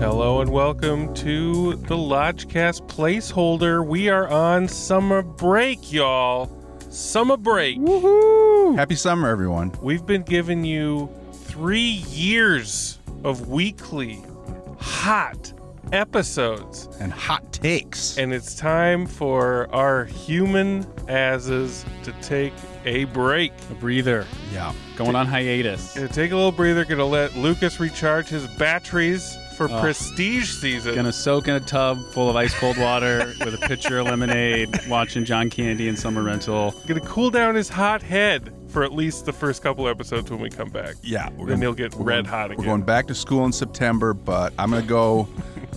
Hello and welcome to the Lodgecast placeholder. We are on summer break, y'all. Summer break. Happy summer, everyone. We've been giving you three years of weekly hot episodes, And hot takes. and it's time for our human asses to take a break. A breather. yeah. Going on hiatus. Gonna take a little breather, gonna let Lucas recharge his batteries for Ugh. prestige season. Gonna soak in a tub full of ice cold water with a pitcher of lemonade, watching John Candy and Summer Rental. gonna cool down his hot head for at least the first couple episodes when we come back. Yeah. We're Then he'll get we're red going- hot again. We're going back to school in September, but I'm gonna go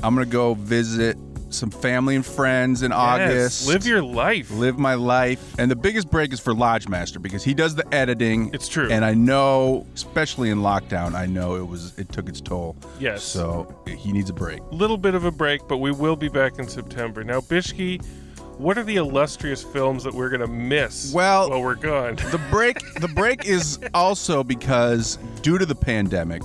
I'm gonna go visit some family and friends in Yes, August. live your life. live my life. And the biggest break is for Lodgemaster because he does the editing. It's true. And I know, especially in lockdown, I know it was it took its toll. Yes. So he needs a break. Little bit of a break, but we will be back in September. Now, Bishki, what are the illustrious films that we're gonna miss Well- while we're gone? the break the break is also because due to the pandemic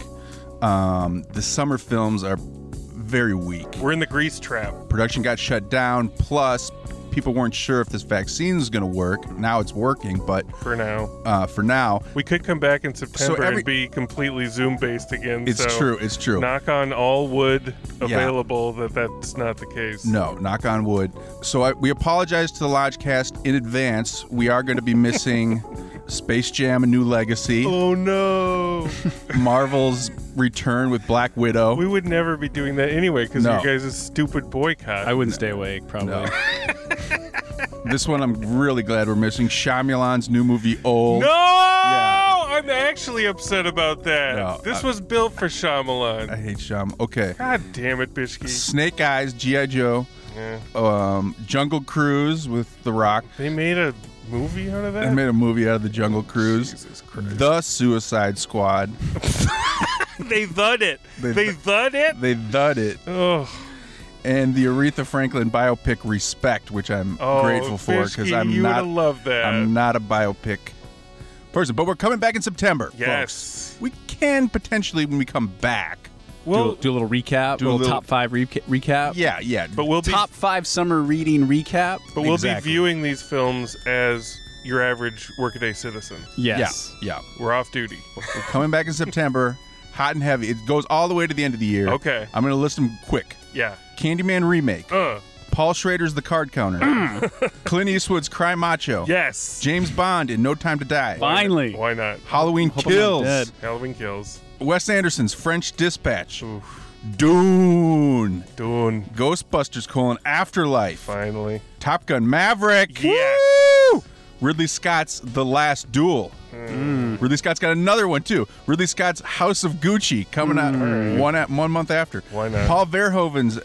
um, the summer films are very weak We're in the grease trap. production got shut down plus people weren't sure if this vaccine is going to work now it's working but For now, uh, for now we could come back in September every- and be completely Zoom based again. it's so true it's true Knock on all wood Yeah. available that that's not the case. no knock on wood so I, we apologize to the lodgecast in advance we are going to be missing space jam a new legacy Oh no. marvel's return with black widow we would never be doing that anyway because No. you guys' stupid boycott. I wouldn't stay awake, probably. No. This one I'm really glad we're missing. Shyamalan's new movie, Old. No, I'm actually upset about that. No, this I- was built for Shyamalan. I hate Shyam. Okay. God damn it, Bishki. Snake Eyes, G.I. Joe, Yeah. um, Jungle Cruise with The Rock. They made a movie out of I that. made a movie out of The Jungle Cruise. Jesus Christ. The Suicide Squad. they thud it. They, They thud it. They thud it. Ugh. And the Aretha Franklin biopic, Respect, which I'm Oh, grateful for because Bishki, I'm you not would love that. I'm not a biopic person. But we're coming back in September. folks. yes. We can potentially when we come back. Well, do, a little recap, Do a little, little- top five reca- recap. Yeah, yeah. but we'll be Top five summer reading recap. but we'll Exactly. be viewing these films as your average workaday citizen. Yes. yeah, yeah. We're off duty. We're coming back in September, hot and heavy. It goes all the way to the end of the year. Okay. I'm going to list them quick Yeah. Candyman Remake, Uh. Paul Schrader's The Card Counter, Clint Eastwood's Cry Macho, Yes. James Bond in No Time to Die, Finally. Why not? Halloween Hope I'm not dead. Kills, Halloween kills. Wes Anderson's French Dispatch, Oof. Dune, Doing Ghostbusters colon Afterlife, finally. Top Gun Maverick, Yes. Woo! Ridley Scott's The Last Duel. Hmm. Ridley Scott's got another one too. Ridley Scott's House of Gucci coming out one at, one month after. Hmm. Why not? Oh. Paul Verhoeven's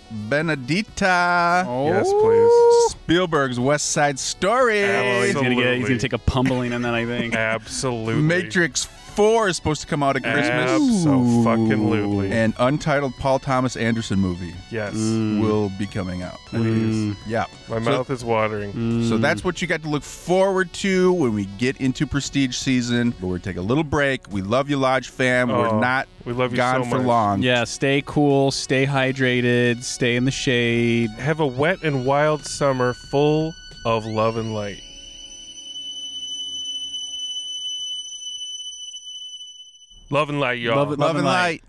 Benedita. Yes, please. Spielberg's West Side Story. He's Absolutely. gonna, get, he's gonna take a pummeling on that, I think. Absolutely. Matrix Four is supposed to come out at Christmas. Abso fucking lootly. An untitled Paul Thomas Anderson movie yes. will be coming out. Yeah. Hmm. My Mm. So- Mm. mouth is watering. So that's what you got to look forward to when we get into prestige season. But we're gonna take a little break. We love you, Lodge fam. Oh, we're not we love you gone so for much. long. Yeah, stay cool, stay hydrated, stay in the shade. Have a wet and wild summer full of love and light. Love and light, y'all. Love and light.